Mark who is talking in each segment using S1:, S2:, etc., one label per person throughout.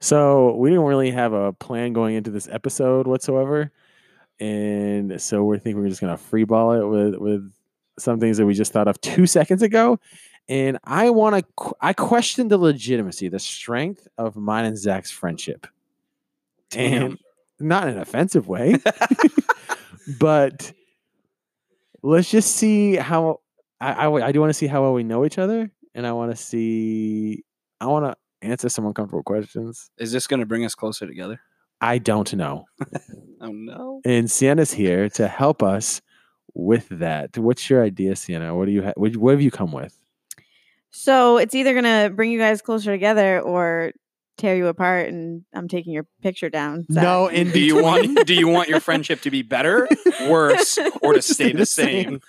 S1: So we didn't really have a plan going into this episode whatsoever, and so we're thinking we're just gonna freeball it with with some things that we just thought of two seconds ago. And I want to. I question the legitimacy, the strength of mine and Zach's friendship. Damn, not in an offensive way, but let's just see how. I, I, w- I do want to see how well we know each other, and I want to see. I want to answer some uncomfortable questions.
S2: Is this going to bring us closer together?
S1: I don't know.
S2: Oh no.
S1: And Sienna's here to help us with that. What's your idea, Sienna? What do you ha- what, what have you come with?
S3: So it's either gonna bring you guys closer together or tear you apart, and I'm taking your picture down. Zach.
S1: No, in
S2: Do you want do you want your friendship to be better, worse, or to stay the
S1: The
S2: same?
S1: same.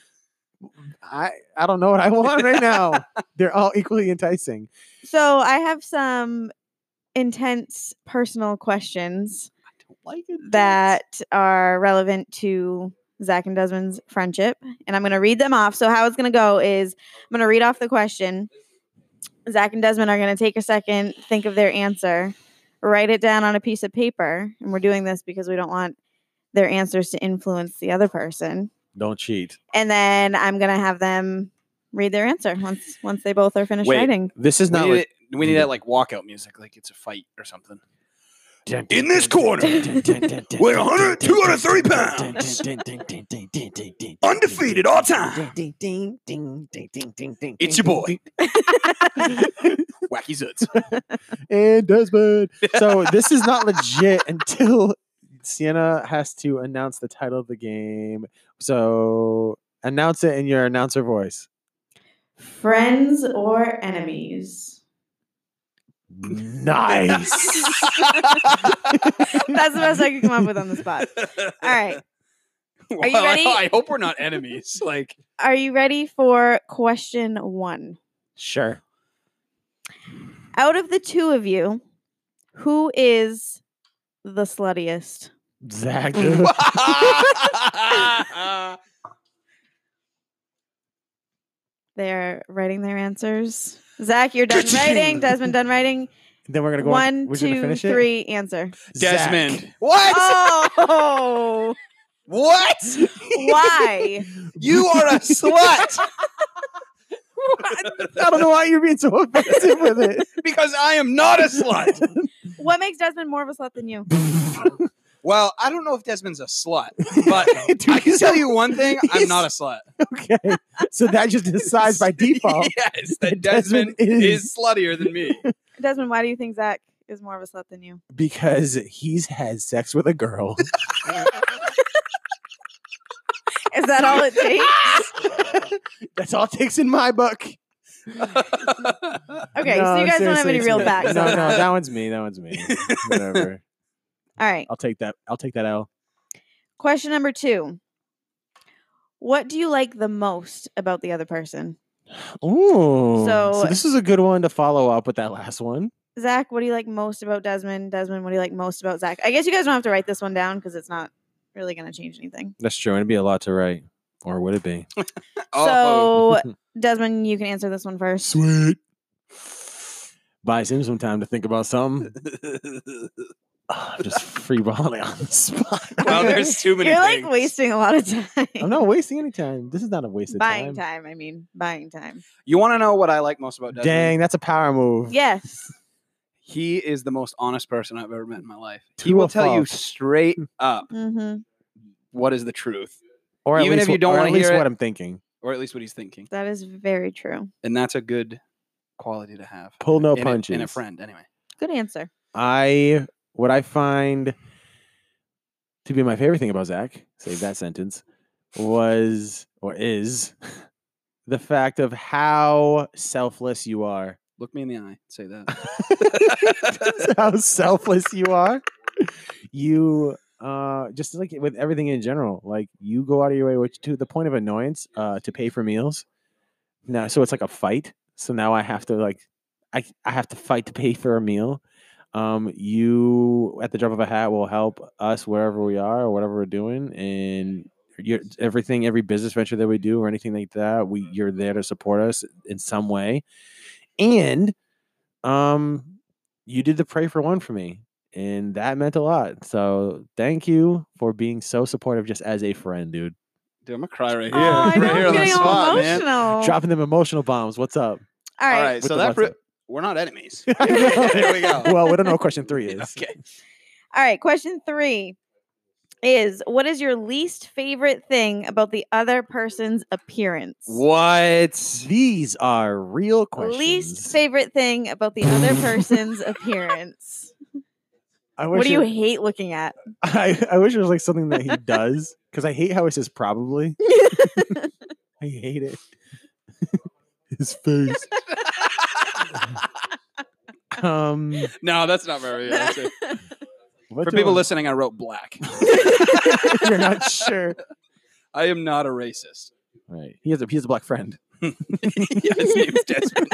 S1: I I don't know what I want right now. They're all equally enticing.
S3: So I have some intense personal questions
S2: I don't like it.
S3: that are relevant to Zach and Desmond's friendship, and I'm gonna read them off. So how it's gonna go is I'm gonna read off the question. Zach and Desmond are gonna take a second, think of their answer, write it down on a piece of paper, and we're doing this because we don't want their answers to influence the other person.
S1: Don't cheat.
S3: and then I'm gonna have them read their answer once once they both are finished
S2: Wait.
S3: writing.
S1: This is
S2: We
S1: not
S2: need,
S1: like
S2: it- we need that like walkout music, like it's a fight or something.
S4: In this corner,
S1: weigh
S4: 100, 230 pounds. Undefeated all time.
S2: It's your boy. Wacky Zuts.
S1: and Desmond. So this is not legit until Sienna has to announce the title of the game. So announce it in your announcer voice.
S3: Friends or enemies?
S1: Nice.
S3: That's the best I could come up with on the spot. All right,
S2: Well,
S3: Are you ready?
S2: I, I hope we're not enemies. Like
S3: are you ready for question one?
S1: sure.
S3: Out of the two of you, who is the sluttiest?
S1: Zach.
S3: They're writing their answers. Zach, you're done writing. Desmond, done writing.
S1: then we're gonna go on.
S3: One,
S1: We're gonna
S3: two,
S1: finish
S3: three, answer.
S1: It. Zach.
S2: Desmond. What?
S3: Oh,
S2: What?
S3: why?
S2: You are a slut
S1: I don't know why you're being so offensive with it.
S2: because I am not a slut.
S3: What makes Desmond more of a slut than you?
S2: Well, I don't know if Desmond's a slut, but I can tell you one thing: I'm not a slut.
S1: Okay. So that just decides by default.
S2: yes, that
S1: that
S2: Desmond,
S1: Desmond
S2: is.
S1: is-
S2: sluttier than me.
S3: Desmond, why do you think Zach is more of a slut than you?
S1: because he's had sex with a girl.
S3: Is that all it takes?
S1: That's all it takes in my book.
S3: Okay, so you
S1: No,
S3: guys don't have
S1: seriously,
S3: any
S1: it's
S3: real
S1: me.
S3: facts.
S1: No,
S3: on
S1: no,
S3: that.
S1: that one's me. That one's me. Whatever.
S3: All right.
S1: I'll take that. I'll take that L.
S3: Question number two. What do you like the most about the other person?
S1: Ooh.
S3: So-
S1: this is a good one to follow up with that last one.
S3: Zach, what do you like most about Desmond? Desmond, what do you like most about Zach? I guess you guys don't have to write this one down because it's not really going to change anything.
S1: That's true. It'd be a lot to write, or would it be?
S3: So, Desmond, you can answer this one first.
S1: Sweet. Buys him some time to think about something. I'm just freeballing on the spot.
S2: well, there's too many.
S3: You're
S2: things.
S3: like wasting a lot of time.
S1: I'm not wasting any time. This is not a waste of
S3: buying
S1: time.
S3: time. I mean, buying time.
S2: You want to know what I like most about Desmond?
S1: Dang, that's a power move.
S3: Yes.
S2: He is the most honest person I've ever met in my life. he
S1: To
S2: will
S1: a
S2: tell you
S1: fault.
S2: straight up
S3: hmm
S2: what is the truth,
S1: Or at
S2: Even if
S1: least
S2: you
S1: what-
S2: don't
S1: or
S2: wanna
S1: at least
S2: hear it.
S1: what I'm thinking.
S2: or at least what he's thinking,
S3: That is very true.
S2: and that's a good quality to have.
S1: Pull no
S2: in a-
S1: punches.
S2: in a friend, anyway.
S3: Good answer.
S1: I what I find to be my favorite thing about Zach, save that sentence, was or is the fact of how selfless you are.
S2: Look me in the eye. Say that.
S1: how selfless you are. You uh just like with everything in general, like you go out of your way, which to the point of annoyance, uh, to pay for meals. Now, so it's like a fight. So now I have to like, I I have to fight to pay for a meal. Um, you at the drop of a hat will help us wherever we are or whatever we're doing, and you're, everything, every business venture that we do or anything like that, we you're there to support us in some way, and um, you did the pray for one for me, and that meant a lot. So thank you for being so supportive, just as a friend, dude.
S2: Dude, I'm gonna cry right here,
S3: oh, I know
S2: right here
S3: I'm
S2: on the
S3: getting all
S2: spot, man.
S3: emotional.
S1: Dropping them emotional bombs. What's up?
S3: All
S2: All
S3: right.
S2: right,
S1: With
S2: so
S1: the
S2: that pro-
S1: WhatsApp.
S2: we're not enemies.
S1: I know.
S2: there we go.
S1: Well, we don't know what question three is.
S2: Okay.
S3: All right. Question three is what is your least favorite thing about the other person's appearance?
S2: What?
S1: These are real questions.
S3: Least favorite thing about the other person's appearance.
S1: I wish
S3: What do
S1: it-
S3: you hate looking at?
S1: I, I wish it was like something that he does because I hate how it says probably. I hate it. His face. Um,
S2: no, that's not very realistic.
S1: what
S2: For
S1: do
S2: people
S1: I-
S2: listening, I wrote black.
S1: you're not sure.
S2: I am not a racist.
S1: Right. He has a he has a black friend.
S2: yeah, his name's Desmond.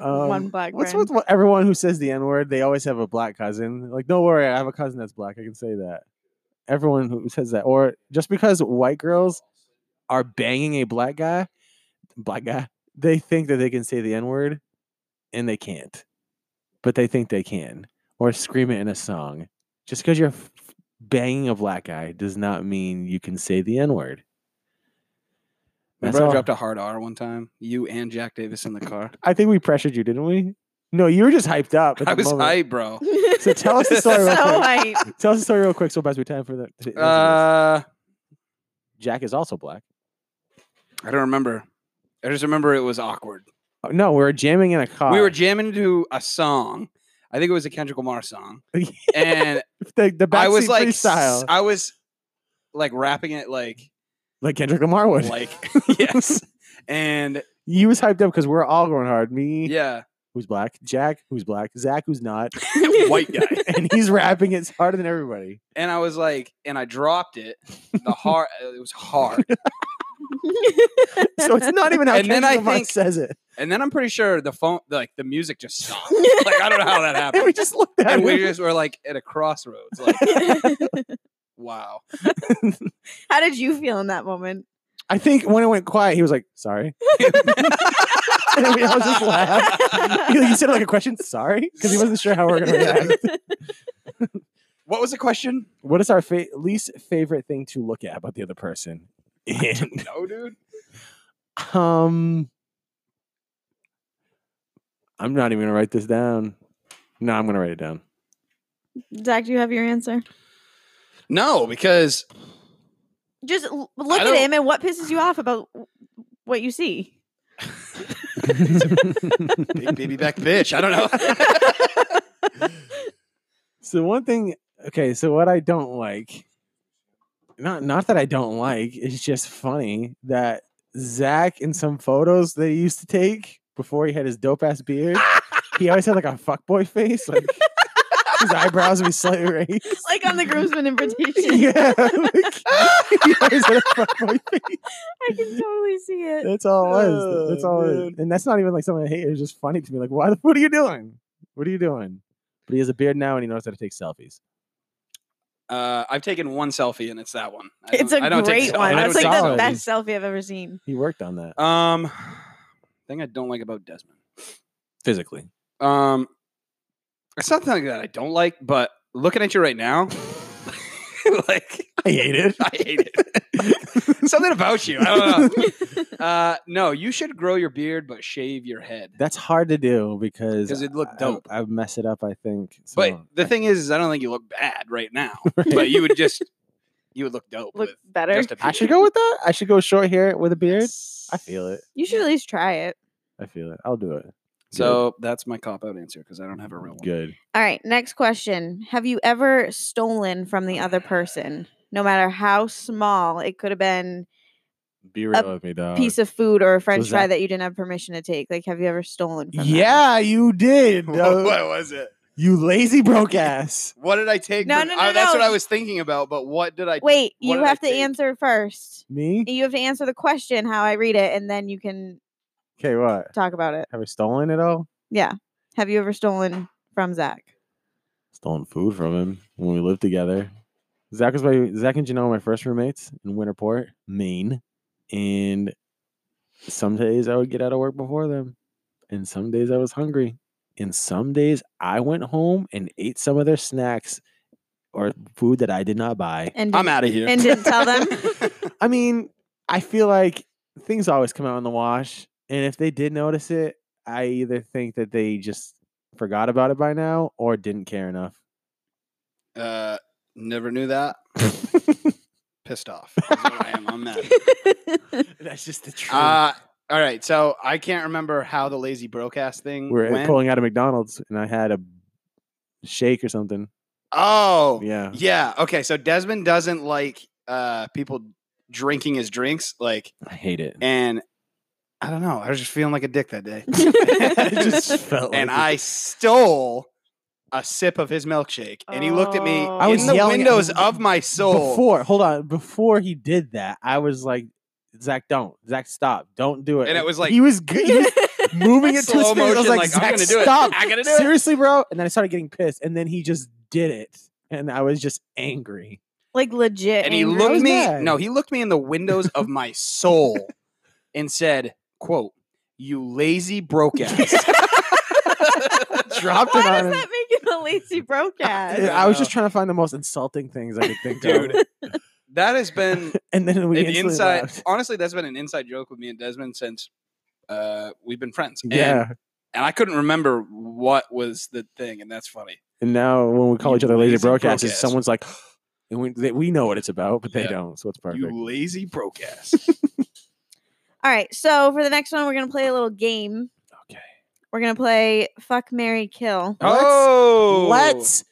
S1: Um,
S3: One black
S1: What's
S3: friend.
S1: with what, everyone who says the N word? They always have a black cousin. Like, don't worry, I have a cousin that's black. I can say that. Everyone who says that, or just because white girls are banging a black guy, black guy, they think that they can say the N word, and they can't. But they think they can, or scream it in a song. Just because you're f- banging a black guy does not mean you can say the N word.
S2: Remember, I dropped a hard R one time. You and Jack Davis in the car.
S1: I think we pressured you, didn't we? No, you were just hyped up. At
S2: I
S1: the
S2: was
S1: moment.
S2: hype, bro.
S1: So tell us the story.
S3: so
S1: real quick.
S3: hype.
S1: Tell us the story real quick, so best we time for the uh,
S2: Uh,
S1: Jack is also black.
S2: I don't remember. I just remember it was awkward.
S1: Oh, no, we were jamming in a car.
S2: We were jamming to a song. I think it was a Kendrick Lamar song,
S1: jamming.
S2: and
S1: the, the backseat
S2: I was like, s-
S1: freestyle,
S2: I was like rapping it like,
S1: like Kendrick Lamar would.
S2: like yes, and
S1: you was hyped up because we're all going hard. Me,
S2: yeah,
S1: who's black, Jack, who's black, Zach, who's not,
S2: white guy,
S1: and he's rapping it harder than everybody.
S2: and I was like, and I dropped it. The hard, it was hard,
S1: So it's not even how
S2: And then
S1: Kendrick
S2: I
S1: Lamar
S2: think-
S1: says it.
S2: and then I'm pretty sure the phone, like the music just stopped. like I don't know how that
S1: And we
S2: happened.
S1: just looked at
S2: And we
S1: him.
S2: just were like at a crossroads. Like wow,
S3: How did you feel in that moment?
S1: I think when it went quiet, he was like, "Sorry," and we all just laughed. He, he said like a question, "Sorry," because he wasn't sure how we we're gonna react.
S2: What was the question?
S1: What is our fa- least favorite thing to look at about the other person? And
S2: No, dude.
S1: um, I'm not even gonna write this down. No, I'm gonna write it down.
S3: Zach, do you have your answer?
S2: No, because
S3: Just l- look at
S2: don't-
S3: him and what pisses you off about w- what you see.
S2: big baby back bitch. I don't know.
S1: so one thing, okay. So what I don't like, not not that I don't like, it's just funny that Zach in some photos that he used to take before he had his dope ass beard, he always had like a fuckboy face, like his eyebrows would be slightly raised.
S3: Like on the groomsman invitation.
S1: yeah. like, he always had a fuckboy face.
S3: I can totally see it.
S1: That's all it was. That's
S2: Oh,
S1: all. It,
S2: man.
S1: and that's not even like something I hate. It was just funny to me. Like, why? the- What are you doing? What are you doing? But he has a beard now, and he knows how to take selfies.
S2: Uh, I've taken one selfie, and it's that one. I
S3: It's
S2: don't-
S3: a
S2: I don't take
S3: great
S2: selfies.
S3: one.
S2: I
S3: That's
S2: don't
S3: like
S1: take
S3: the
S1: selfies.
S3: best selfie I've ever seen.
S1: He worked on that
S2: take- Um, thing I don't like about Desmond.
S1: physically.
S2: Um, it's not something that I don't like, but looking at you right now, like
S1: I hate it.
S2: I hate it. something about you. I don't know. Uh, no, you should grow your beard, but shave your head.
S1: That's hard to do because
S2: 'Cause it'd look
S1: I-
S2: dope.
S1: I, I mess it up. I think. So
S2: But the thing is, is I don't think you look bad right now. But you would just, you would look dope.
S3: Look
S2: with
S3: better.
S2: just a
S1: I should
S2: picture.
S1: go with that. I should go short hair with a beard. I feel it.
S3: You should at least try it.
S1: I feel it. I'll do it.
S2: So that's my cop out answer because I don't have a real one.
S1: Good.
S3: All right, next question. Have you ever stolen from the other person? No matter how small, it could have been
S1: Be real with me,
S2: Uh,
S1: dog.
S3: piece of food or a french
S1: is
S3: fry
S1: that-
S3: that you didn't have permission to take? Like, have you ever stolen? From them?
S1: Yeah, you did. dog.
S2: was it?
S1: you lazy broke ass.
S2: What did I take?
S3: No,
S2: from-
S3: no,
S2: I-
S3: no,
S2: that's
S3: no.
S2: what I was thinking about. But what did I?
S3: Wait,
S2: What
S3: you
S2: did I
S3: have to
S2: take?
S3: answer first.
S1: Me?
S3: You have to answer the question how I read it, and then you can
S1: Okay, what?
S3: talk about it.
S1: Have I stolen it all?
S3: Yeah. Have you ever stolen from Zach?
S1: Stolen food from him when we lived together. Zach was my Zach and Janelle were my first roommates in Winterport, Maine, and some days I would get out of work before them, and some days I was hungry, And some days I went home and ate some of their snacks or food that I did not buy.
S3: And
S2: I'm out of here.
S3: and didn't tell them?
S1: I mean, I feel like things always come out in the wash. And if they did notice it, I either think that they just forgot about it by now or didn't care enough.
S2: uh, never knew that. Pissed off. That's what I am. I'm mad.
S1: That's just the truth.
S2: Uh, all right. So I can't remember how the lazy broadcast thing
S1: We're
S2: went.
S1: pulling out of McDonald's and I had a shake or something.
S2: oh,
S1: Yeah.
S2: yeah. Okay. So Desmond doesn't like uh, people drinking his drinks. Like,
S1: I hate it.
S2: and I don't know. I was just feeling like a dick that day.
S1: I just felt
S2: and
S1: like it.
S2: I stole a sip of his milkshake, and he looked at me
S3: Oh.
S1: I was
S2: in the
S1: yelling at
S2: windows
S1: him
S2: of my soul.
S1: Before, hold on. Before he did that, I was like, Zach, don't. Zach, stop. Don't do it.
S2: And it was like-
S1: he was good. He was moving it to his
S2: Slow
S1: face. I was
S2: motion,
S1: like,
S2: like, I'm
S1: Zach,
S2: gonna do it.
S1: stop.
S2: I gotta do it."
S1: Seriously, bro. And then I started getting pissed. And then he just did it. And I was just angry.
S3: like legit.
S2: and he
S3: angry.
S1: I
S2: looked
S1: was
S2: me
S1: mad.
S2: no he looked me in the windows of my soul and said quote you lazy broke ass
S1: Dropped
S3: Why
S1: it on
S3: does
S1: him.
S3: that make him a lazy
S1: I,
S3: broadcast?
S1: I was
S2: know.
S1: just trying to find the most insulting things I could think of.
S2: dude that has been
S1: And then we
S2: an
S1: instantly
S2: inside
S1: laughed.
S2: honestly that's been an inside joke with me and desmond since uh, we've been friends And-
S1: Yeah.
S2: and i couldn't remember what was the thing and that's funny
S1: And now when we call
S2: You
S1: each other lazy
S2: lazy
S1: broadcasters,
S2: broadcast.
S1: someone's like, and we, they, we know what it's about, but they
S2: Yeah.
S1: don't. So it's perfect.
S2: you lazy broke ass
S3: All right. So for the next one, we're gonna play a little game.
S1: Okay.
S3: We're gonna play Fuck Mary Kill.
S2: oh
S1: Let's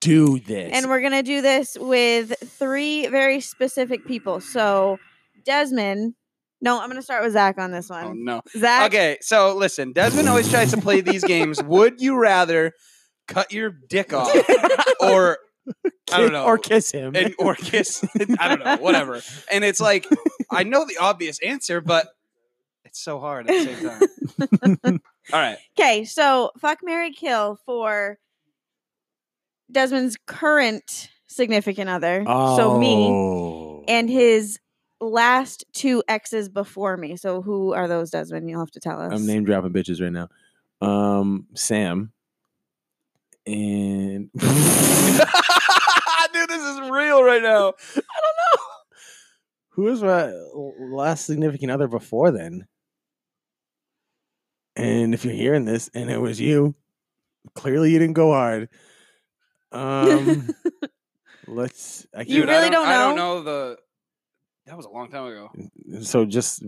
S1: do this.
S3: And we're gonna do this with three very specific people. So Desmond. No, I'm gonna start with Zach on this
S2: oh
S3: one.
S2: no
S3: Zach.
S2: Okay, so listen, Desmond always tries to play these games. Would you rather cut your dick off or I don't know
S1: or kiss him.
S2: and, or kiss? I don't know, whatever. And it's like I know the obvious answer, but it's so hard at the same time. All right,
S3: Okay, so fuck Mary Kill for Desmond's current significant other. So me
S1: Oh.
S3: and his last two exes before me. So who are those, Desmond? You'll have to tell us.
S1: I'm name dropping bitches right now. Um, Sam and
S2: dude, this is real right now.
S1: who was my l- last significant other before then? And if you're hearing this, and it was you, clearly you didn't go hard. Um, let's. I
S3: You
S2: Dude,
S1: can't-
S3: really
S2: I don't,
S3: don't
S2: I don't
S3: know?
S2: know the. That was a long time ago.
S1: so just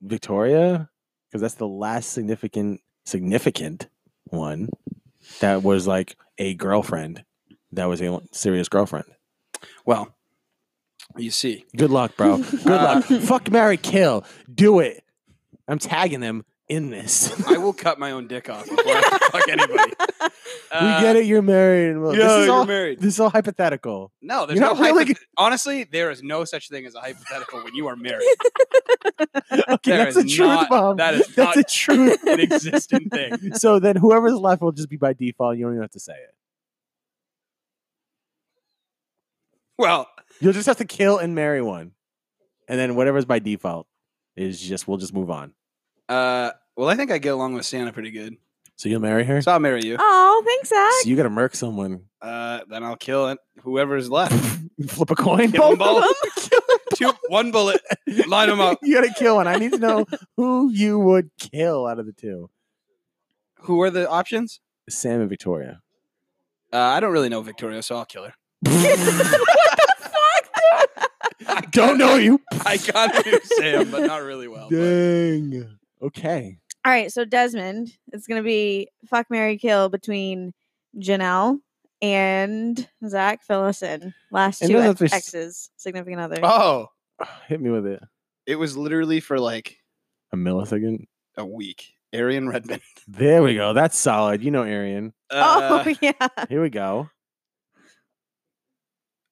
S1: Victoria, because that's the last significant significant one that was like a girlfriend. That was a l- serious girlfriend.
S2: Well, you see,
S1: Good luck, bro. Good luck. Fuck Mary Kill. Do it. I'm tagging them in this.
S2: I will cut my own dick off before I fuck anybody.
S1: we get it. You're married. And well, this is all
S2: married.
S1: this is all hypothetical.
S2: No, there's
S1: You're
S2: no
S1: not really
S2: hypo- honestly, there is no such thing as a hypothetical when you are married.
S1: Okay,
S2: There
S1: that's a
S2: is
S1: truth
S2: not-
S1: bomb.
S2: that is
S1: that's
S2: not-
S1: a truth.
S2: An existing thing.
S1: so then whoever's left will just be by default. You don't even have to say it.
S2: Well,
S1: You'll just have to kill and marry one, and then whatever's by default is just we'll just move on.
S2: uh, well, I think I get along with Santa pretty good,
S1: So you'll marry her.
S2: so I'll marry you.
S3: Oh, thanks, Zach.
S1: So you got to murk someone.
S2: Uh, then I'll kill it. Whoever's left,
S1: Flip a coin.
S2: Kill 'em
S1: Both of
S2: both. two, one bullet. Line 'em up.
S1: you got to kill one. I need to know who you would kill out of the two.
S2: Who are the options?
S1: Sam and Victoria.
S2: Uh, I don't really know Victoria, so I'll kill her. I
S1: Don't know you.
S2: I got to Sam, but not really well. but-
S1: Dang. Okay.
S3: All right, so Desmond, it's gonna be fuck Mary Kill between Janelle and Zach. Fill us in. Last
S1: It
S3: two
S1: doesn't have to
S3: ex-
S1: be s-
S3: exes, significant other.
S2: Oh,
S1: Hit me with it.
S2: it was literally for like
S1: A millisecond.
S2: a week. Arian Redmond.
S1: There we go. That's solid. You know, Arian.
S2: Uh,
S3: oh yeah.
S1: Here we go.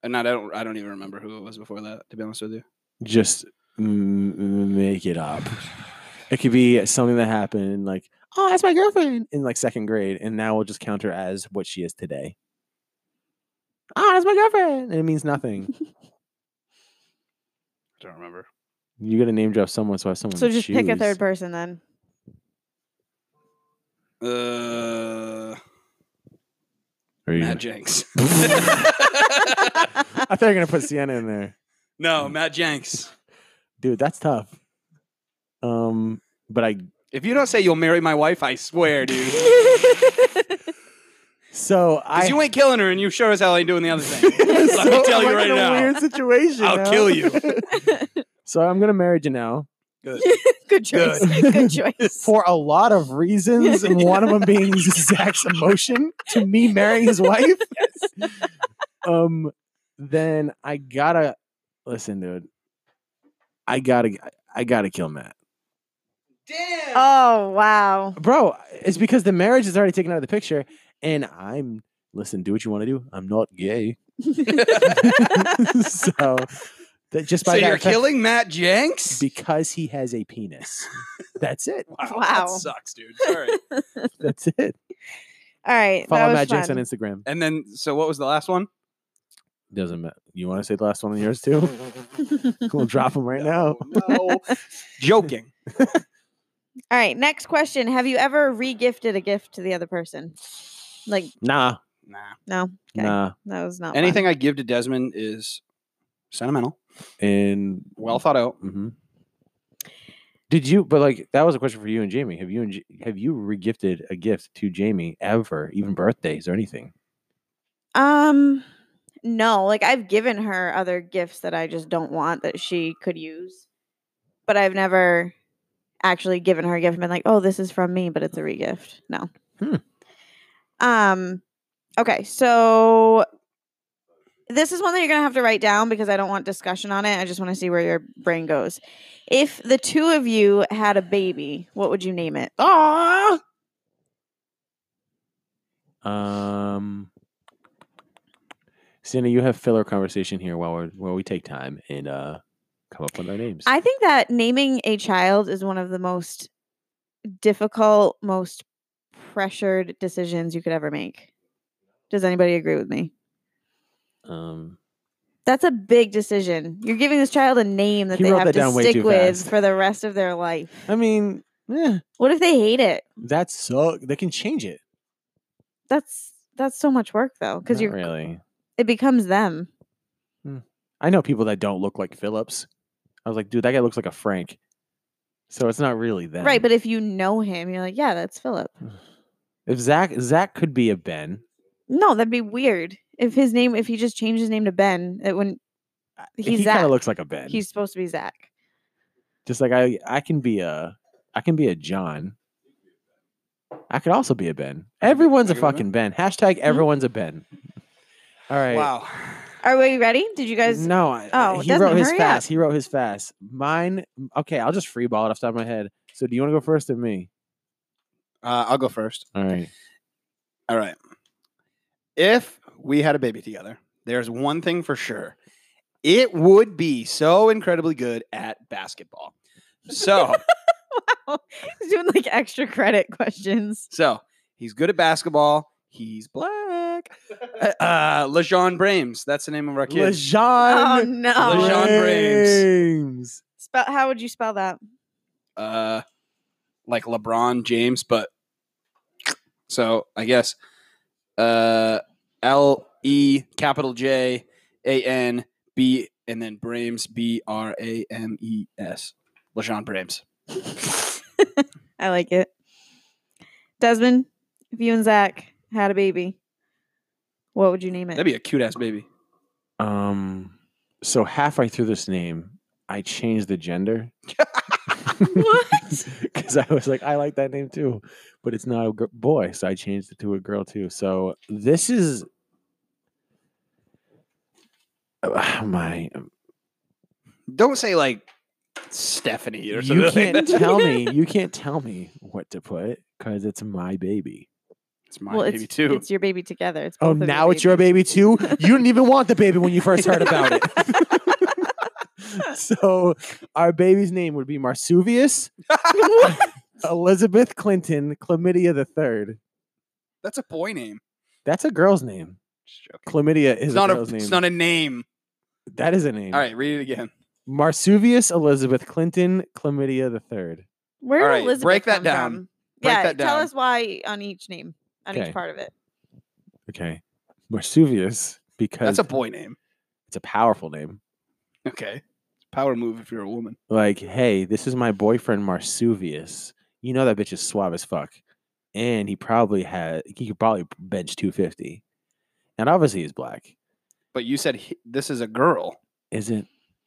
S2: not, I don't. I don't even remember who it was before that. To be honest with you.
S1: Just m- make it up. It could be something that happened, like, oh, that's my girlfriend in like second grade. And now we'll just count her as what she is today. Oh, that's my girlfriend. And it means nothing.
S2: I don't remember.
S1: you got to name drop someone, so I have someone.
S3: So
S1: to
S3: just pick a
S1: choose.
S3: third person then.
S2: Uh,
S1: Are you
S2: Matt
S1: gonna-
S2: Jenks.
S1: I thought you were gonna put Sienna in there,
S2: no, Matt Jenks.
S1: dude. That's tough. Um, but I
S2: If you don't say you'll marry my wife, I swear, dude.
S1: so I
S2: Because you ain't killing her, and you sure as hell ain't doing the other thing. Let me tell
S1: I'm,
S2: you
S1: like,
S2: right
S1: in a
S2: now.
S1: Weird situation.
S2: I'll
S1: now.
S2: kill you.
S1: So I'm gonna marry Janelle
S2: Good.
S3: Good choice.
S1: Good.
S3: Good choice.
S1: for a lot of reasons, and one of them being Zach's emotion to me marrying his wife. um, then I gotta listen, dude. I gotta, I gotta kill Matt,
S2: Damn.
S1: Uh,
S3: Oh wow.
S1: bro. It's because the marriage is already taken out of the picture, and I'm listen. Do what you want to do. I'm not gay, so that just by
S2: so
S1: that
S2: you're
S1: fact-
S2: killing Matt Jenks?
S1: because he has a penis. That's it.
S2: wow,
S3: Wow.
S2: That sucks, dude. Sorry.
S1: That's it.
S3: All right. that
S1: Follow
S3: was
S1: Matt Jinx on
S3: fun.
S1: Instagram.
S2: and then, so what was the last one?
S1: Doesn't matter. You want to say the last one of yours too? we'll drop them right now.
S2: No. Joking.
S3: All right. Next question. Have you ever regifted a gift to the other person? Like,
S1: Nah,
S2: Nah.
S3: no, Okay.
S1: nah.
S3: that was not fun.
S2: Anything I give to Desmond is sentimental,
S1: And
S2: well thought out.
S1: mhm. did you? But like that was a question for you and Jamie. Have you and J- have you regifted a gift to Jamie ever, even birthdays or anything?
S3: Um, no, like I've given her other gifts that I just don't want that she could use, but I've never actually given her a gift and been like, "Oh, this is from me," but it's a regift. No.
S1: Hmm.
S3: Um. Okay, so this is one that you're gonna have to write down because I don't want discussion on it. I just want to see where your brain goes. If the two of you had a baby, what would you name it?
S1: Ah. Um. Sina, you have filler conversation here while we while we take time and uh come up with our names.
S3: I think that naming a child is one of the most difficult, most pressured decisions you could ever make. Does anybody agree with me?
S1: um.
S3: That's a big decision. You're giving this child a name that
S1: He
S3: they
S1: wrote
S3: have
S1: that
S3: to
S1: down way
S3: stick
S1: too
S3: with
S1: fast.
S3: for the rest of their life.
S1: I mean, eh,
S3: What if they hate it?
S1: that's so they can change it.
S3: That's that's so much work though, because
S1: Not
S3: you're
S1: really.
S3: it becomes them.
S1: I know people that don't look like Phillips. I was like, dude, that guy looks like a Frank. So it's not really them,
S3: Right, but if you know him, you're like, yeah, that's Philip.
S1: if Zach Zach could be a Ben,
S3: No, that'd be weird. If his name if he just changed his name to Ben, it wouldn't
S1: I-
S3: He's
S1: he kind
S3: Zach.
S1: of looks like a Ben.
S3: he's supposed to be Zach.
S1: just like I I can be a I can be a John. I could also be a Ben.
S2: be-
S1: Everyone's
S2: I
S1: a
S2: could be a
S1: fucking Ben. Hashtag
S3: Hmm?
S1: everyone's a Ben. All right.
S2: Wow.
S3: Are we ready? Did you guys
S1: No, I,
S3: Oh,
S1: he
S3: Desmond,
S1: wrote his
S3: hurry up.
S1: fast. He wrote his fast. Mine. Okay, I'll just freeball it off the top of my head. So, do you want to go first or me?
S2: Uh, I'll go first.
S1: All right.
S2: All right. If we had a baby together, there's one thing for sure. It would be so incredibly good at basketball. So,
S3: He's doing like extra credit questions.
S2: so he's good at basketball. He's black. Uh, Uh, LeJean Brames. That's the name of our kid.
S3: Oh
S1: Lejean
S3: no!
S2: LeJean Brames.
S1: James.
S3: Spell, how would you spell that?
S2: uh, like LeBron James, but so I guess uh, L E capital J A N B and then Brames B R A M E S. LeJean Brames.
S3: I like it. Desmond, if you and Zach had a baby, what would you name it?
S2: That'd be a cute ass baby.
S1: Um, so halfway through this name, I changed the gender.
S3: What?
S1: Because I was like, I like that name too, but it's not a gr- boy, so I changed it to a girl too. So this is Ah, my.
S2: Don't say like Stephanie or something.
S1: You can't
S2: That's-
S1: tell me. You can't tell me what to put because it's my baby.
S2: it's my
S3: well,
S2: baby
S3: it's,
S2: too.
S3: It's your baby together. It's
S1: Oh,
S3: both of
S1: now it's your
S3: babies.
S1: baby too. You didn't even want the baby when you first heard about it. so our baby's name would be Marsuvius. Elizabeth Clinton, Chlamydia the third.
S2: That's a boy name.
S1: That's a girl's name.
S2: Just joking.
S1: Chlamydia is
S2: It's not
S1: a
S2: a.
S1: girl's name.
S2: It's not a name.
S1: that is a name.
S2: All right, read it again.
S1: Marsuvius Elizabeth Clinton, Chlamydia the third.
S3: Where did
S2: All right,
S3: Elizabeth
S2: break that
S3: come
S2: down.
S3: from?
S2: Break
S3: yeah,
S2: that
S3: tell
S2: down.
S3: us why on each name, on
S1: Okay.
S3: each part of it.
S1: Okay. Marsuvius, because
S2: That's a boy name.
S1: it's a powerful name.
S2: Okay. Power move if you're a woman.
S1: Like, hey, this is my boyfriend Marsuvius. You know that bitch is suave as fuck. And he probably had he could probably bench 250. And obviously he's black.
S2: But you said he, this is a girl.
S1: Is it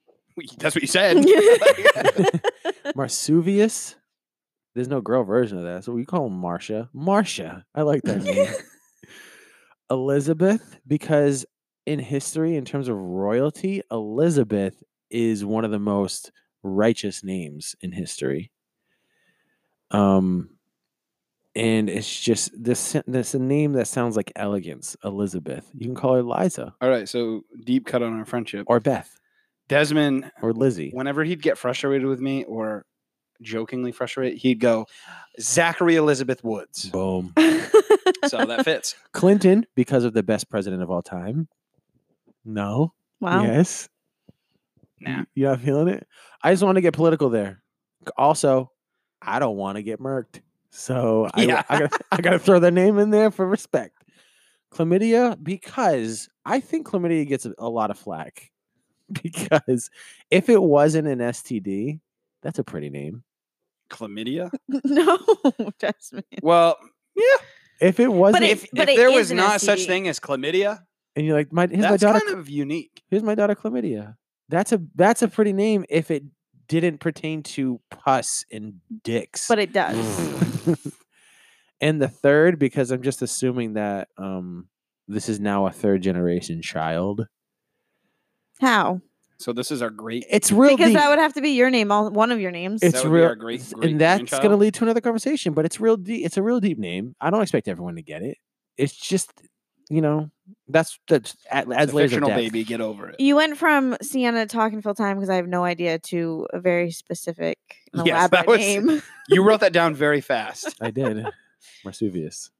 S2: That's what you said.
S1: Marsuvius? There's no girl version of that. So we call him Marcia. Marcia. I like that name. Elizabeth, because in history, in terms of royalty, Elizabeth is one of the most righteous names in history. Um, and it's just this this a name that sounds like elegance, Elizabeth. You can call her Liza
S2: All right. So deep cut on our friendship.
S1: or Beth
S2: Desmond,
S1: or Lizzie.
S2: whenever he'd get frustrated with me or jokingly frustrated, he'd go, Zachary Elizabeth Woods.
S1: Boom.
S2: So that fits.
S1: Clinton, because of the best president of all time. No.
S3: wow.
S1: Yes.
S2: Nah.
S1: You- You not feeling it? I just want to get political there. C- Also, I don't want to get murked. So I,
S2: Yeah.
S1: I, gotta, I gotta throw their name in there for respect. Chlamydia, because I think chlamydia gets a, a lot of flack. Because if it wasn't an STD, that's a pretty name.
S2: Chlamydia?
S3: no, Desmond.
S2: Well,
S1: If it wasn't,
S3: it-
S2: if,
S3: but
S2: if
S3: it
S2: there
S3: is
S2: was
S3: an E
S2: not such
S3: STD.
S2: thing as chlamydia,
S1: and you're like, my here's my
S2: that's
S1: daughter,
S2: kind of unique.
S1: here's my daughter chlamydia. That's a that's a pretty name if it didn't pertain to pus and dicks.
S3: But it does.
S1: and the third, because I'm just assuming that um, this is now a third generation child.
S3: How?
S2: So this is our great.
S1: It's real
S3: because
S1: deep.
S3: that would have to be your name, all, one of your names.
S1: it's
S2: would be
S1: real,
S2: our great-
S1: s-
S2: great
S1: and that's going to
S2: grandchild.
S1: lead to another conversation. But it's real deep. It's a real deep name. I don't expect everyone to get it. It's just, you know, that's that's ad-
S2: It's
S1: adds
S2: a
S1: layers of
S2: fictional
S1: depth.
S2: baby. Get over it.
S3: you went from Sienna talking full time because I have no idea to a very specific, and
S2: Yes, that
S3: elaborate
S2: was-
S3: name.
S2: You wrote that down very fast.
S1: I did. Marsuvius.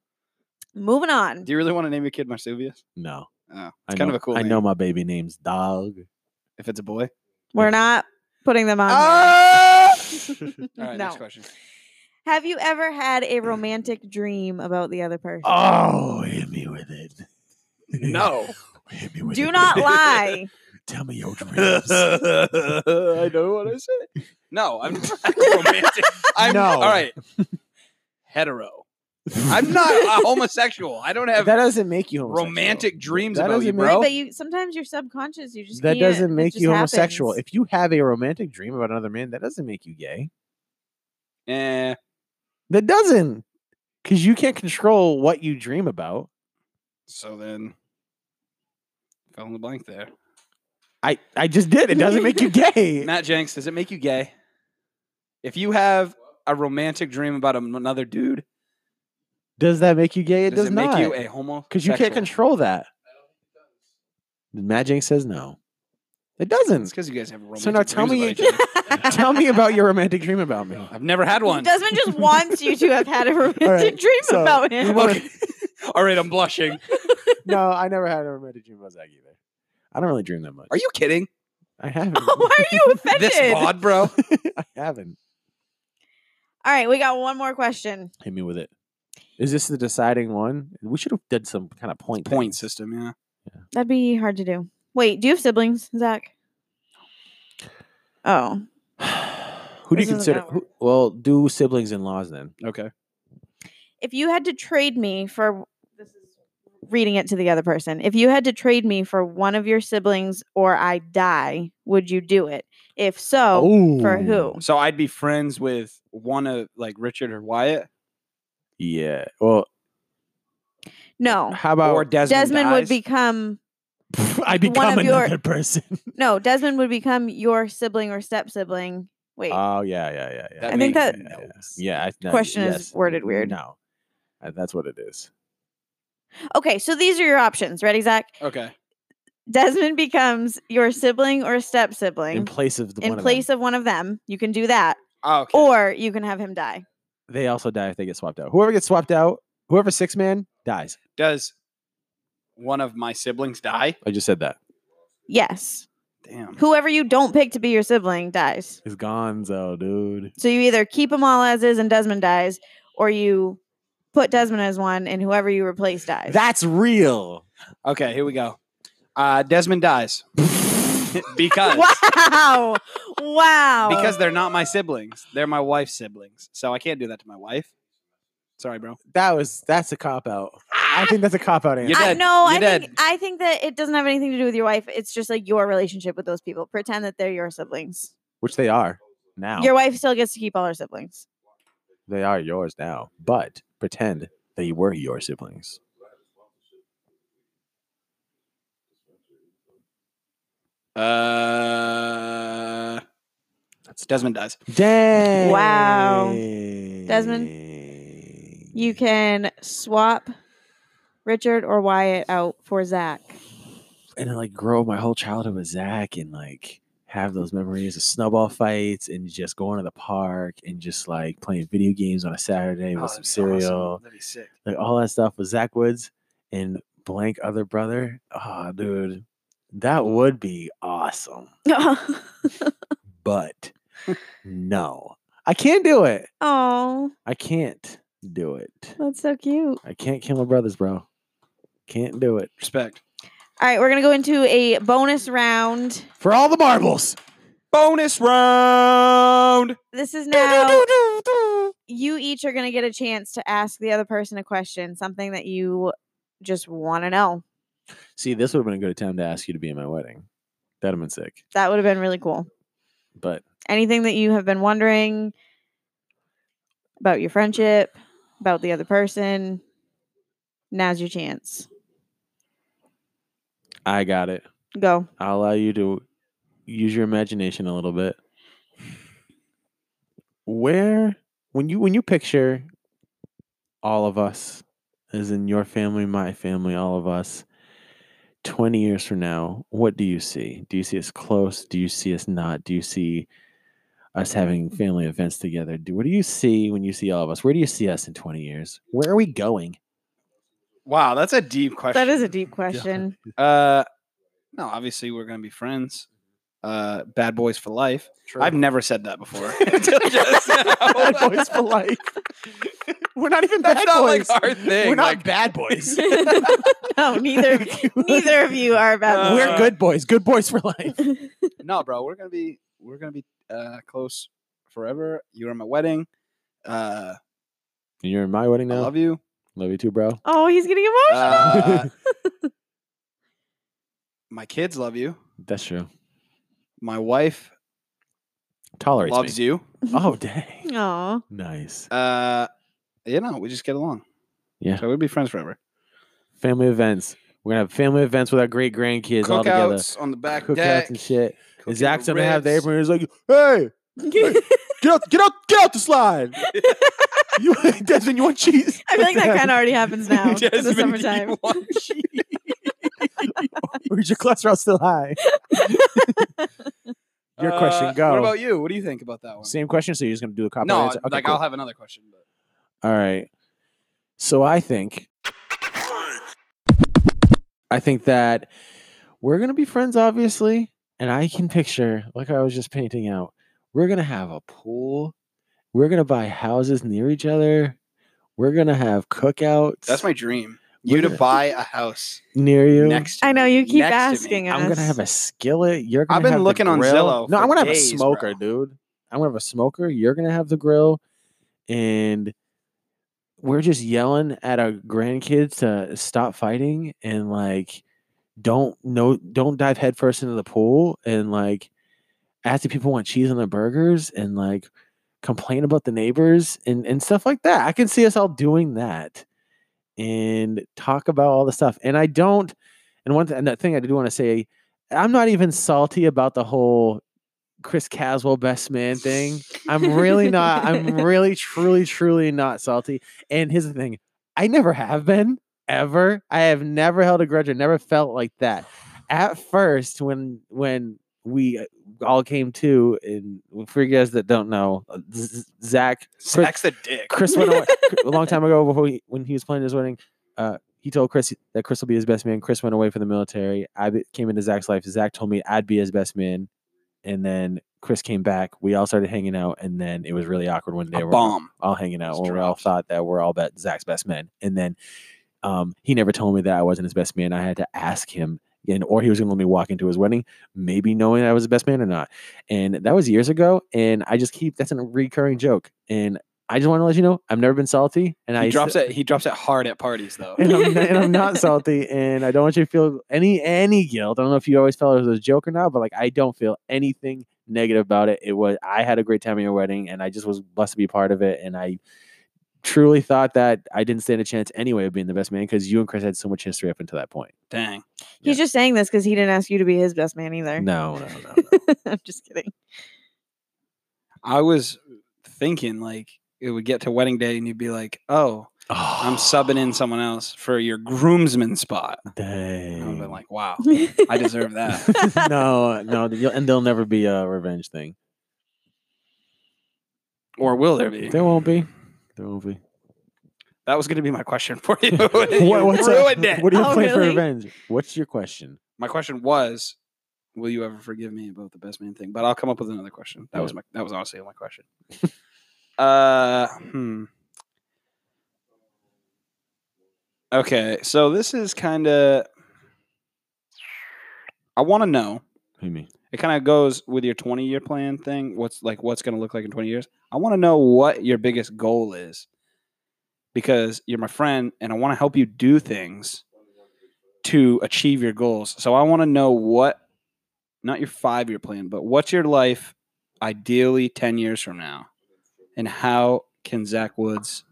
S3: Moving on.
S2: Do you really want to name your kid Marsuvius?
S1: No,
S2: Oh, it's
S1: I
S2: kind
S1: know-
S2: of a cool.
S1: I
S2: name.
S1: know my baby name's Dog.
S2: if it's a boy.
S3: We're not putting them on.
S2: Ah!
S3: there.
S2: All right, next
S3: Um, no.
S2: question.
S3: Have you ever had a romantic dream about the other person?
S1: Oh, hit me with it.
S2: No,
S1: hit me with it.
S3: Do not lie.
S1: Tell me your dreams. Uh,
S2: I know what I said. No, I'm not romantic. I'm
S1: No.
S2: all right. Hetero. I'm not a homosexual. I don't have
S1: that doesn't make you homosexual.
S2: romantic dreams
S1: That
S2: about you,
S1: doesn't make-
S2: bro.
S3: But you sometimes your subconscious, you just
S1: That
S3: can't. It
S1: doesn't make
S3: just
S1: you homosexual.
S3: happens.
S1: If you have a romantic dream about another man, that doesn't make you gay.
S2: Eh,
S1: That doesn't, because you can't control what you dream about.
S2: so then, fill in the blank there.
S1: I I just did. It doesn't make you gay.
S2: Matt Jenks, does it make you gay? If you have a romantic dream about am- another dude,
S1: does that make you gay? It does,
S2: does, it make
S1: not.
S2: you a homo?
S1: Because you can't control that. Magic says no. It
S2: It's
S1: doesn't.
S2: because you guys have romantic
S1: So now tell
S2: dreams
S1: me,
S2: about each other.
S1: tell me about your romantic dream about me.
S2: I've never had one.
S3: Desmond just wants you to have had a romantic
S1: right,
S3: dream
S1: so
S3: about
S1: we
S3: him.
S1: want-
S2: Okay. All right, I'm blushing.
S1: No, I never had a romantic dream about Zach either. I don't really dream that much.
S2: Are you kidding?
S1: I haven't.
S3: Why are you offended?
S2: This pod, bro.
S1: I haven't.
S3: All right, we got one more question.
S1: Hit me with it. Is this the deciding one? We should have did some kind of point. thing.
S2: Point system, yeah.
S3: That'd be hard to do. Wait, do you have siblings, Zach? Oh,
S1: who do
S3: This
S1: you
S3: isn't
S1: consider?
S3: gonna
S1: Who, well, do siblings in laws then?
S2: Okay.
S3: if you had to trade me for this is reading it to the other person. If you had to trade me for one of your siblings or I die, would you do it? If so,
S1: Oh,
S3: Oh, for who?
S2: So I'd be friends with one of like Richard or Wyatt
S1: Yeah. Well,
S3: No.
S1: how about?
S2: or Desmond.
S3: Desmond would
S2: dies.
S3: become
S1: I
S3: one
S1: become
S3: of your-
S1: another person.
S3: no, Desmond would become your sibling or step sibling. Wait.
S1: oh yeah, yeah, yeah, yeah.
S2: That
S3: I
S2: makes
S3: think that-
S2: no
S1: Yeah,
S2: sense.
S1: yeah. I, no,
S3: Question is
S1: yes,
S3: worded weird.
S1: No, Uh, that's what it is.
S3: Okay, so these are your options. Ready, Zach?
S2: Okay.
S3: Desmond becomes your sibling or step sibling
S1: In
S3: in,
S1: place of the one
S3: place
S1: of
S3: of one of them. You can do that.
S2: Oh, okay.
S3: Or you can have him die.
S1: them. they also die if they get swapped out. Whoever gets swapped out, whoever six man dies.
S2: Does one of my siblings die?
S1: I just said that.
S3: Yes.
S2: Damn.
S3: Whoever you don't pick to be your sibling dies.
S1: It's Gonzo, dude.
S3: So you either keep them all as is and Desmond dies, or you put Desmond as one, and whoever you replace dies.
S1: That's real.
S2: Okay, here we go. Uh, Desmond dies because
S3: wow, wow.
S2: because they're not my siblings. They're my wife's siblings, so I can't do that to my wife. Sorry, bro.
S1: That was that's a cop out. I think that's a cop out answer.
S2: You're
S3: I
S2: dead.
S3: no, I
S2: You're
S3: think
S2: dead.
S3: I think that it doesn't have anything to do with your wife. It's just like your relationship with those people. Pretend that they're your siblings.
S1: Which they are now.
S3: Your wife still gets to keep all her siblings.
S1: they are yours now. But pretend they were your siblings.
S2: Uh, Desmond dies.
S1: Dang.
S3: Wow. Desmond? You
S1: You
S3: can swap Richard or Wyatt out for Zach.
S1: and I, like grow my whole childhood with Zach and like have those memories of snowball fights and just going to the park and just like playing video games on a Saturday
S2: Oh,
S1: with
S2: that'd
S1: some
S2: be awesome.
S1: cereal.
S2: That'd be sick.
S1: like all that stuff with Zach Woods and blank other brother. Oh, dude, that would be awesome. But no, I can't do it.
S3: oh,
S1: I can't do it.
S3: that's so cute.
S1: I can't kill my brothers, bro. Can't do it
S2: Respect.
S3: All right, we're gonna go into a bonus round.
S1: for all the marbles.
S2: Bonus round.
S3: This is now you each are gonna get a chance to ask the other person a question, something that you just want to know.
S1: See, this would have been a good time to ask you to be in my wedding. That'd have been sick.
S3: That would have been really cool.
S1: But
S3: anything that you have been wondering about your friendship, about the other person, now's your chance.
S1: I got it.
S3: Go.
S1: I'll allow you to use your imagination a little bit. Where when you when you picture all of us as in your family, my family, all of us 20 years from now, what do you see? Do you see us close? Do you see us not? Do you see us having family events together? Do what do you see when you see all of us? Where do you see us in 20 years? Where are we going?
S2: Wow, that's a deep question.
S3: That is a deep question.
S2: Uh, no, obviously we're gonna be friends. Uh, bad boys for life.
S1: True.
S2: I've never said that before. until just now.
S1: bad boys for life. We're not even
S2: That's
S1: bad
S2: not
S1: boys.
S2: like our thing.
S1: We're not
S2: like,
S1: bad boys.
S3: no, neither neither of you are about
S2: Uh,
S1: We're good boys. Good boys for life.
S2: no, bro. We're gonna be we're gonna be uh close forever. You're at my wedding. Uh,
S1: You're in my wedding
S2: I
S1: now. Love
S2: love you.
S1: you, too, bro.
S3: Oh, he's getting emotional.
S2: Uh, my kids love you.
S1: That's true.
S2: My wife
S1: Tolerates
S2: loves you.
S1: Oh dang.
S3: Aw.
S1: Nice.
S2: Uh, you know, we just get along.
S1: Yeah.
S2: So we'd be friends forever.
S1: Family events. We're gonna have family events with our great grandkids all together.
S2: Cookouts on the back
S1: Cookouts
S2: deck.
S1: and shit.
S2: cooking
S1: And
S2: the
S1: Zach's gonna have the
S2: ribs.
S1: apron. He's like, "Hey, get out, get out, get out the slide." you, Desmond, you want cheese?
S3: I feel like that kind of already happens now in the
S2: Desmond, do you
S3: summertime.
S2: want cheese?
S1: Or is your cholesterol still high? Your question,
S2: Uh,
S1: go.
S2: What about you? What do you think about that one?
S1: Same question. So you're just gonna do the cop
S2: no,
S1: answer? Okay,
S2: like
S1: cool.
S2: I'll have another question. But.
S1: All right. So I think I think that we're going to be friends obviously, and I can picture like I was just painting out. We're going to have a pool. We're going to buy houses near each other. We're going to have cookouts
S2: That's my dream.
S1: We're
S2: You to
S1: gonna-
S2: buy a house
S1: near you.
S2: next. To
S3: I know
S2: me,
S3: you keep
S2: next to me.
S3: asking us.
S1: I'm going to have a skillet. You're going
S2: I've been
S1: have the
S2: looking on
S1: grill.
S2: Zillow
S1: No,
S2: for
S1: I'm going to have a
S2: days,
S1: smoker, dude. I'm going to have a smoker. You're going to have the grill and we're just yelling at our grandkids to stop fighting and like don't no don't dive headfirst into the pool and like ask if people want cheese on their burgers and like complain about the neighbors and and stuff like that. I can see us all doing that and talk about all the stuff. And I don't and one th- and that thing I did want to say, I'm not even salty about the whole Chris Caswell best man thing. I'm really not. I'm really, truly, truly not salty. And here's the thing I never have been, ever. I have never held a grudge. I never felt like that. At first, when, when, we uh, all came to, and for you guys that don't know, uh, Z- Z- Zach, Chris-
S2: Zach's a dick.
S1: Chris went away a long time ago before he, when he was planning his wedding. Uh, he told Chris that Chris will be his best man. Chris went away for the military. I be- came into Zach's life. Zach told me I'd be his best man, and then Chris came back. We all started hanging out, and then it was really awkward when they
S2: a
S1: were
S2: bomb.
S1: all hanging out
S2: was
S1: when we all
S2: dropped.
S1: thought that we're all bet Zach's best men. And then um, he never told me that I wasn't his best man. I had to ask him, and or he was going to let me walk into his wedding, maybe knowing I was the best man or not. And that was years ago. And I just keep that's a recurring joke. And I just want to let you know I've never been salty, and I
S2: He drops
S1: it.
S2: it. He drops it hard at parties though.
S1: And I'm, and I'm not salty, and I don't want you to feel any any guilt. I don't know if you always felt it was a joke or not, but like I don't feel anything negative about it. It was I had a great time at your wedding, and I just was blessed to be part of it. And I truly thought that I didn't stand a chance anyway of being the best man because you and Chris had so much history up until that point.
S2: Dang.
S3: He's just saying this because he didn't ask you to be his best man either.
S1: No, no, no.
S3: I'm just kidding.
S2: I was thinking like it would get to wedding day and you'd be like, "Oh, I'm subbing in someone else for your groomsman spot." I would have
S1: Dang.
S2: been like, "Wow, I deserve that."
S1: no, no, you'll- and there'll never be a revenge thing.
S2: Or will there be?
S1: There won't be. There won't be.
S2: That was going to be my question for you.
S1: What-
S2: You
S1: what's up?
S2: ruined it.
S1: What are you
S3: Oh,
S1: playing for
S3: really?
S1: revenge? What's your question?
S2: my question was, "Will you ever forgive me about the best man thing?" But I'll come up with another question. That was my that was honestly my question. uh, hmm. Okay, so this is kind of. I want to know.
S1: Who me?
S2: It kind of goes with your twenty year plan thing. What's like what's going to look like in twenty years? I want to know what your biggest goal is, because you're my friend, and I want to help you do things to achieve your goals. So I want to know what, not your five year plan, but what's your life ideally 10 years from now? And how can Zach Woods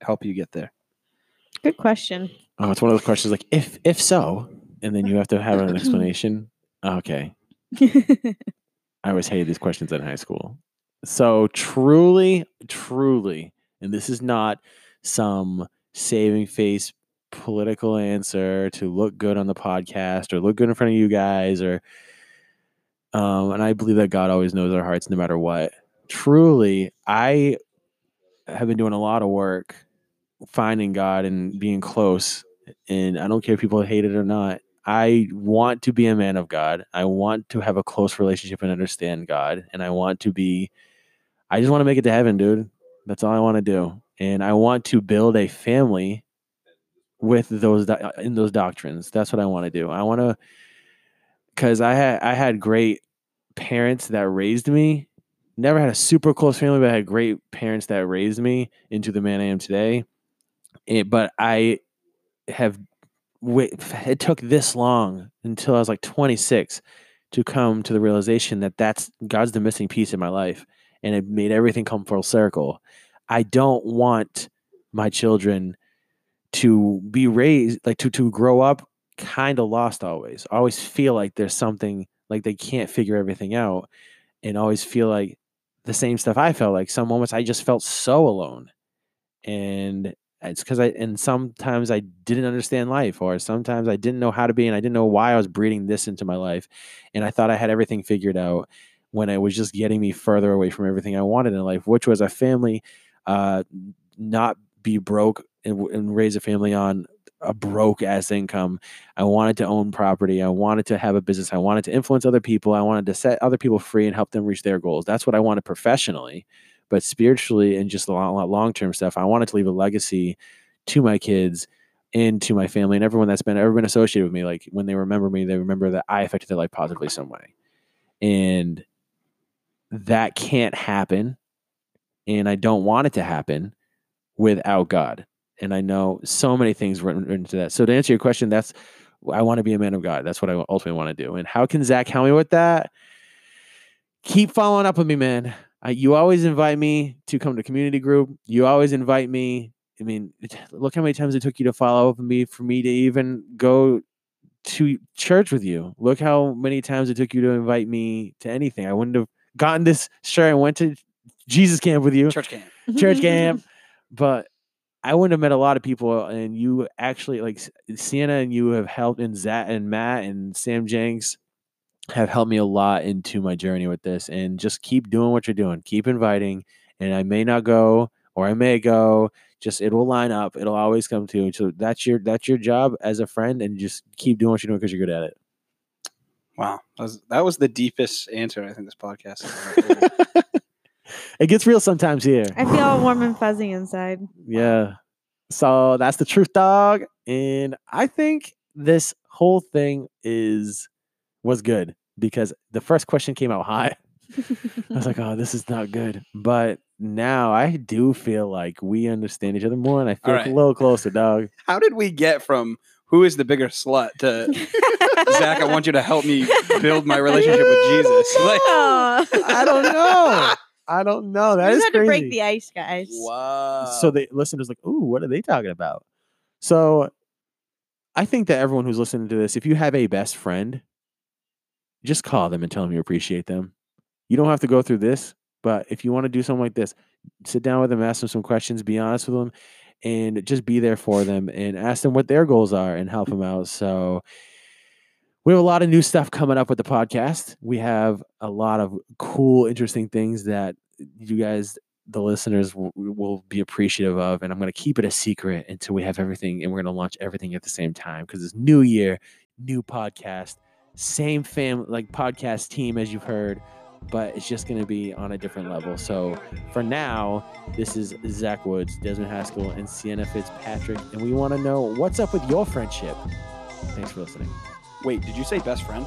S2: help you get there?
S3: Good question.
S1: Oh, it's one of those questions like if if so, and then you have to have an explanation. Okay, I always hated these questions in high school. So truly, truly, and this is not some saving face political answer to look good on the podcast or look good in front of you guys or um and I believe that God always knows our hearts no matter what. Truly, I have been doing a lot of work finding God and being close. And I don't care if people hate it or not. I want to be a man of God. I want to have a close relationship and understand God. And I want to be, I just want to make it to heaven, dude. That's all I want to do. And I want to build a family with those do- in those doctrines. That's what I want to do. I want to, because I had I had great parents that raised me. Never had a super close family, but I had great parents that raised me into the man I am today it, but I have wait, it took this long until I was like 26 to come to the realization that that's God's the missing piece in my life and it made everything come full circle. I don't want my children to be raised like to to grow up kind of lost always. Always feel like there's something like they can't figure everything out and always feel like the same stuff I felt like some moments I just felt so alone. And it's because I and sometimes I didn't understand life, or sometimes I didn't know how to be, and I didn't know why I was breeding this into my life, and I thought I had everything figured out when it was just getting me further away from everything I wanted in life, which was a family, uh, not be broke and, w- and raise a family on a broke ass income. I wanted to own property. I wanted to have a business. I wanted to influence other people. I wanted to set other people free and help them reach their goals. That's what I wanted professionally but spiritually and just long long term stuff. I wanted to leave a legacy to my kids and to my family and everyone that's been ever been associated with me. Like when they remember me, they remember that I affected their life positively some way, and that can't happen, and I don't want it to happen without God. And I know so many things written written into that. So to answer your question, that's I want to be a man of God. That's what I ultimately want to do. And how can Zach help me with that? keep following up with me, man. I, you always invite me to come to community group. You always invite me. I mean, it- look how many times it took you to follow up with me for me to even go to church with you. Look how many times it took you to invite me to anything. I wouldn't have gotten this shirt and went to Jesus camp with you
S2: Church camp.
S1: church camp. But I wouldn't have met a lot of people, uh, and you actually like S- Sienna and you have helped, and Zat and Matt and Sam Jenks have helped me a lot into my journey with this. And just keep doing what you're doing, keep inviting. And I may not go, or I may go. Just it will line up. It'll always come to. you. So that's your that's your job as a friend, and just keep doing what you're doing because you're good at it.
S2: Wow, that was, that was the deepest answer I think this podcast. Has ever heard.
S1: it gets real sometimes here.
S3: I feel all warm and fuzzy inside.
S1: Yeah. So that's the truth, dog. And I think this whole thing is was good because the first question came out high. I was like, oh, this is not good. But now I do feel like we understand each other more and I feel like a
S2: right.
S1: little closer, dog.
S2: How did we get from who is the bigger slut to Zach? I want you to help me build my relationship with Jesus. Like,
S3: Oh.
S1: I don't know. I don't know. That
S3: we
S1: is
S3: just had to break
S1: crazy.
S3: the ice, guys.
S2: wow.
S1: so the listeners like, "Ooh, what are they talking about?" So I think that everyone who's listening to this, if you have a best friend, just call them and tell them you appreciate them. You don't have to go through this, but if you want to do something like this, sit down with them, ask them some questions, be honest with them, and just be there for them and ask them what their goals are and help them out. So we have a lot of new stuff coming up with the podcast. We have a lot of cool, interesting things that you guys, the listeners, will, will be appreciative of. And I'm going to keep it a secret until we have everything and we're going to launch everything at the same time because it's new year, new podcast, same fam, like podcast team as you've heard, but it's just going to be on a different level. So for now, this is Zach Woods, Desmond Haskell, and Sienna Fitzpatrick. And we want to know what's up with your friendship. Thanks for listening.
S2: wait, did you say best friend?